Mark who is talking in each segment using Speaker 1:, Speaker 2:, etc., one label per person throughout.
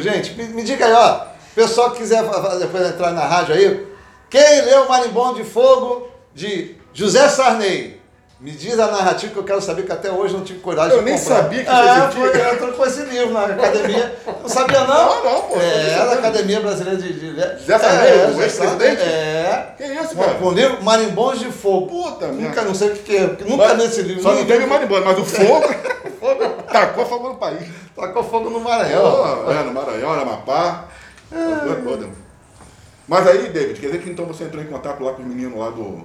Speaker 1: Gente, me, me diga aí, ó. Pessoal que quiser fa- fa- depois entrar na rádio aí, quem leu Marimbondo de Fogo de José Sarney? Me diz a narrativa que eu quero saber que até hoje eu não tive coragem
Speaker 2: Eu
Speaker 1: de
Speaker 2: nem
Speaker 1: comprar.
Speaker 2: sabia que
Speaker 1: é,
Speaker 2: isso existia.
Speaker 1: foi, entrou com esse livro na academia. Não sabia não?
Speaker 2: Não, não, pô.
Speaker 1: É,
Speaker 2: Não
Speaker 1: era
Speaker 2: sabia.
Speaker 1: Academia Brasileira de... de...
Speaker 2: José Sarney,
Speaker 1: é,
Speaker 2: o
Speaker 1: José
Speaker 2: ex-presidente?
Speaker 1: Sarney, É.
Speaker 2: Que isso,
Speaker 1: Com-
Speaker 2: cara?
Speaker 1: Com o livro Marimbondos de Fogo.
Speaker 2: Puta
Speaker 1: Nunca,
Speaker 2: merda.
Speaker 1: não sei o que que é. porque Nunca li esse livro.
Speaker 2: Só não
Speaker 1: ninguém
Speaker 2: teve marimbondo, mas o fogo, tacou fogo no país.
Speaker 1: Tocou Tá fogo no
Speaker 2: É,
Speaker 1: Maranhão.
Speaker 2: ó, é, no Maranhão, no Amapá. foi foda, mano. Mas aí, David, quer dizer que então você entrou em contato lá com os meninos lá do.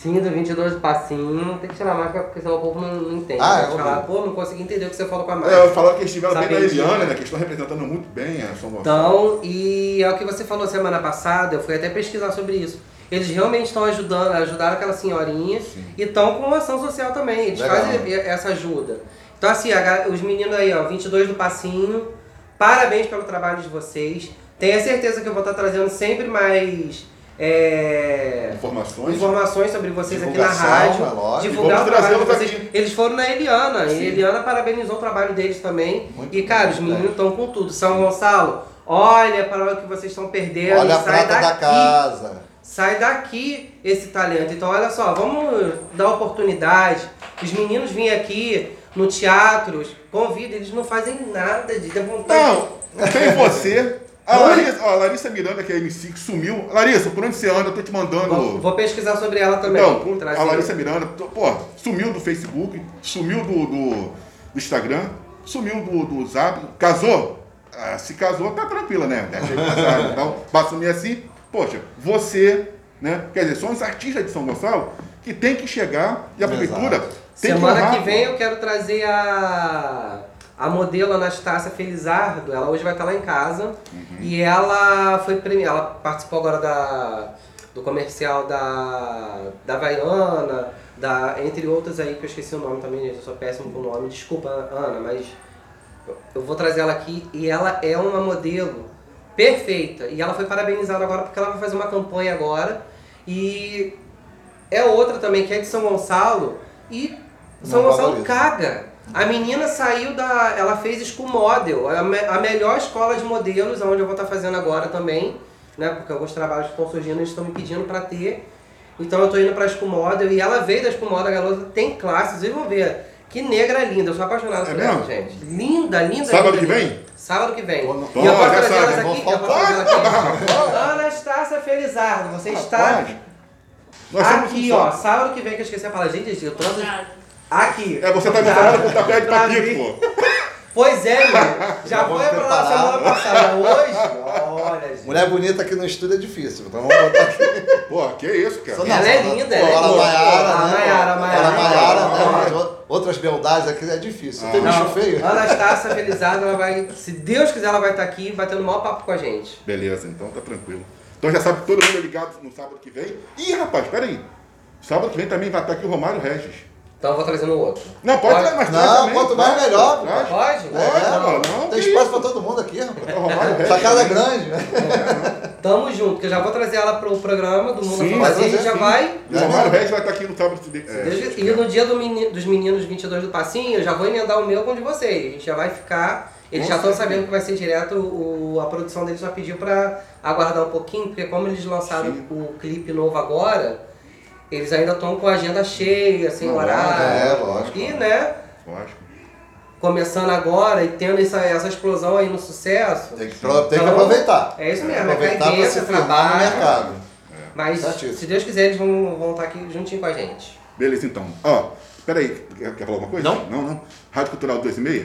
Speaker 3: Cinto, 22 passinho, tem que tirar a marca porque senão o povo não, não entende.
Speaker 1: Ah,
Speaker 3: Vai
Speaker 1: é,
Speaker 3: falar,
Speaker 1: óbvio.
Speaker 3: pô, não consegui entender o que você falou com a marca.
Speaker 2: É, falaram que eles estiveram bem na
Speaker 3: Sabe isso,
Speaker 2: Eliana,
Speaker 3: né?
Speaker 2: né? Que eles estão representando muito bem a São Gonçalo.
Speaker 3: Então, e é o que você falou semana passada, eu fui até pesquisar sobre isso. Eles realmente estão ajudando, ajudaram aquela senhorinha e estão com ação social também. Eles
Speaker 1: Legal.
Speaker 3: fazem e- essa ajuda. Então, assim, a ga- os meninos aí, ó, 22 do Passinho, parabéns pelo trabalho de vocês. Tenha certeza que eu vou estar trazendo sempre mais é,
Speaker 2: Informações.
Speaker 3: informações sobre vocês aqui na
Speaker 1: Divulgação,
Speaker 3: rádio.
Speaker 1: é lógico.
Speaker 2: E
Speaker 3: Divulgar o
Speaker 2: vamos
Speaker 3: trabalho de
Speaker 2: trazê-los
Speaker 3: vocês.
Speaker 2: aqui.
Speaker 3: Eles foram na Eliana.
Speaker 2: Sim.
Speaker 3: E a Eliana parabenizou o trabalho deles também.
Speaker 1: Muito
Speaker 3: e, cara, os
Speaker 1: bom,
Speaker 3: meninos estão com tudo. São Gonçalo, olha para o que vocês estão perdendo.
Speaker 1: Olha a
Speaker 3: sai
Speaker 1: prata da
Speaker 3: daqui.
Speaker 1: casa.
Speaker 3: Sai daqui esse talento. Então, olha só, vamos dar oportunidade. Os meninos vêm aqui no teatro, convida, eles não fazem nada de dá vontade.
Speaker 2: Não, tem você. A Larissa, ó, a Larissa Miranda, que é MC, que sumiu. Larissa, por onde você anda? Eu tô te mandando.
Speaker 3: Vou, vou pesquisar sobre ela também.
Speaker 2: Não, por-
Speaker 3: Trazer.
Speaker 2: a Larissa Miranda, tô- pô, sumiu do Facebook, sumiu do, do, do Instagram, sumiu do, do Zap, casou? Ah, se casou, tá tranquila, né? Deixa ele passar, então, pra sumir assim, poxa, você, né? Quer dizer, são os artistas de São Gonçalo que tem que chegar e a
Speaker 1: Exato.
Speaker 2: prefeitura tem que
Speaker 3: Semana
Speaker 2: honrar,
Speaker 3: que vem eu quero trazer a, a modelo Anastácia Felizardo. Ela hoje vai estar lá em casa. E ela foi premiada. Ela participou agora da, do comercial da, da Vaiana, da, entre outras aí que eu esqueci o nome também, eu sou péssimo com o nome. Desculpa, Ana, mas eu- eu vou trazer ela aqui e ela é uma modelo perfeita. E ela foi parabenizada agora porque ela vai fazer uma campanha agora. E é outra também que é de São Gonçalo e São
Speaker 1: Não
Speaker 3: Gonçalo
Speaker 1: valoriza.
Speaker 3: caga. A menina saiu da. Ela fez School Model, a, me- a melhor escola de modelos, onde eu vou estar fazendo agora também, né? Porque alguns trabalhos que estão surgindo, eles estão me pedindo para ter. Então eu tô indo pra School Model e ela veio da School Model, a garota tem classes, vocês vão ver. Que negra linda, eu sou apaixonado
Speaker 2: É
Speaker 3: por
Speaker 2: mesmo?
Speaker 3: ela, gente. Linda, linda,
Speaker 2: Sábado
Speaker 3: linda,
Speaker 2: que
Speaker 3: linda.
Speaker 2: vem?
Speaker 3: Sábado que vem.
Speaker 1: Bom,
Speaker 3: e eu
Speaker 2: já
Speaker 3: posso trazer
Speaker 2: sabe,
Speaker 3: elas
Speaker 1: vou
Speaker 3: aqui, eu posso
Speaker 1: faltar.
Speaker 3: trazer elas aqui. Anastácia Felizardo, você está
Speaker 2: Rapaz, nós somos
Speaker 3: aqui,
Speaker 2: um só.
Speaker 3: ó, sábado que vem que eu esqueci a palavra. Gente, eu tô.
Speaker 4: Nada.
Speaker 3: Aqui.
Speaker 2: É, você tá me falando com o tapete de papito, pô.
Speaker 3: Pois é, meu. Já
Speaker 1: Já
Speaker 3: foi
Speaker 1: vamos
Speaker 3: pra lá
Speaker 1: preparar.
Speaker 3: semana passada. Hoje, olha, gente.
Speaker 1: Mulher bonita aqui no estúdio é difícil, então vamos botar aqui.
Speaker 2: Pô, que isso, cara.
Speaker 1: Só
Speaker 3: Ela é
Speaker 1: só-
Speaker 3: linda,
Speaker 1: pô,
Speaker 3: ela é
Speaker 1: ela
Speaker 3: boa.
Speaker 1: Maiara,
Speaker 3: A
Speaker 1: né?
Speaker 3: Maiara, a Maiara.
Speaker 1: Ela Maiara, né?
Speaker 3: Ah.
Speaker 1: Mas o- outras beldades aqui é difícil. Tem
Speaker 2: Ah.
Speaker 1: bicho feio?
Speaker 3: Não, Anastácia Felizardo, ela vai. Se Deus quiser, ela vai estar aqui batendo o maior papo com a gente.
Speaker 2: Beleza, então tá tranquilo. Então já sabe que todo mundo é ligado no sábado que vem. Ih, rapaz, peraí. Sábado que vem também vai estar aqui o Romário Regis.
Speaker 3: Então eu vou trazendo outro.
Speaker 2: Não, pode
Speaker 3: Pode.
Speaker 2: trazer mais tarde
Speaker 1: Não,
Speaker 2: também.
Speaker 1: quanto mais melhor. pô.
Speaker 2: Traz.
Speaker 3: Pode?
Speaker 2: Pode,
Speaker 1: É,
Speaker 2: mano.
Speaker 1: não, tem
Speaker 2: Não, que
Speaker 1: espaço
Speaker 2: isso.
Speaker 1: pra todo mundo aqui,
Speaker 3: Tá
Speaker 1: rapaz.
Speaker 2: O Romário Regis.
Speaker 1: Essa casa é grande, né?
Speaker 3: Tamo junto, que eu já vou trazer ela pro programa do Mundo da
Speaker 2: Sim,
Speaker 3: Fantasia. A gente
Speaker 1: sim,
Speaker 3: já
Speaker 1: sim.
Speaker 3: vai.
Speaker 2: E o Romário Regis vai estar aqui no sábado que vem. É,
Speaker 3: Deus- e
Speaker 1: né?
Speaker 3: no dia do meni- dos meninos 22 do Passinho, eu já vou emendar o meu com o de vocês. A gente já vai ficar. Eles
Speaker 2: Com
Speaker 3: já estão
Speaker 2: certeza.
Speaker 3: sabendo que vai ser direto. o- a produção deles já pediu pra aguardar um pouquinho, porque como eles lançaram
Speaker 2: Sim.
Speaker 3: o clipe novo agora, eles ainda estão com a agenda cheia, sem
Speaker 2: Não,
Speaker 3: horário.
Speaker 1: é, lógico.
Speaker 3: E, né,
Speaker 2: Lógico.
Speaker 3: começando agora e tendo essa, essa explosão aí no sucesso.
Speaker 1: Tem que, pro- tem que
Speaker 3: Então,
Speaker 1: aproveitar.
Speaker 3: É isso mesmo, é
Speaker 1: Aproveitar pra
Speaker 3: cadeia,
Speaker 1: se firmar no
Speaker 3: trabalho.
Speaker 1: mercado.
Speaker 3: Mas,
Speaker 1: Certíssimo.
Speaker 3: se Deus quiser, eles vão, vão estar aqui juntinho com a gente.
Speaker 2: Beleza, então. Ó, peraí. Quer, quer falar alguma coisa?
Speaker 1: Não.
Speaker 2: Não, não. Rádio Cultural 26.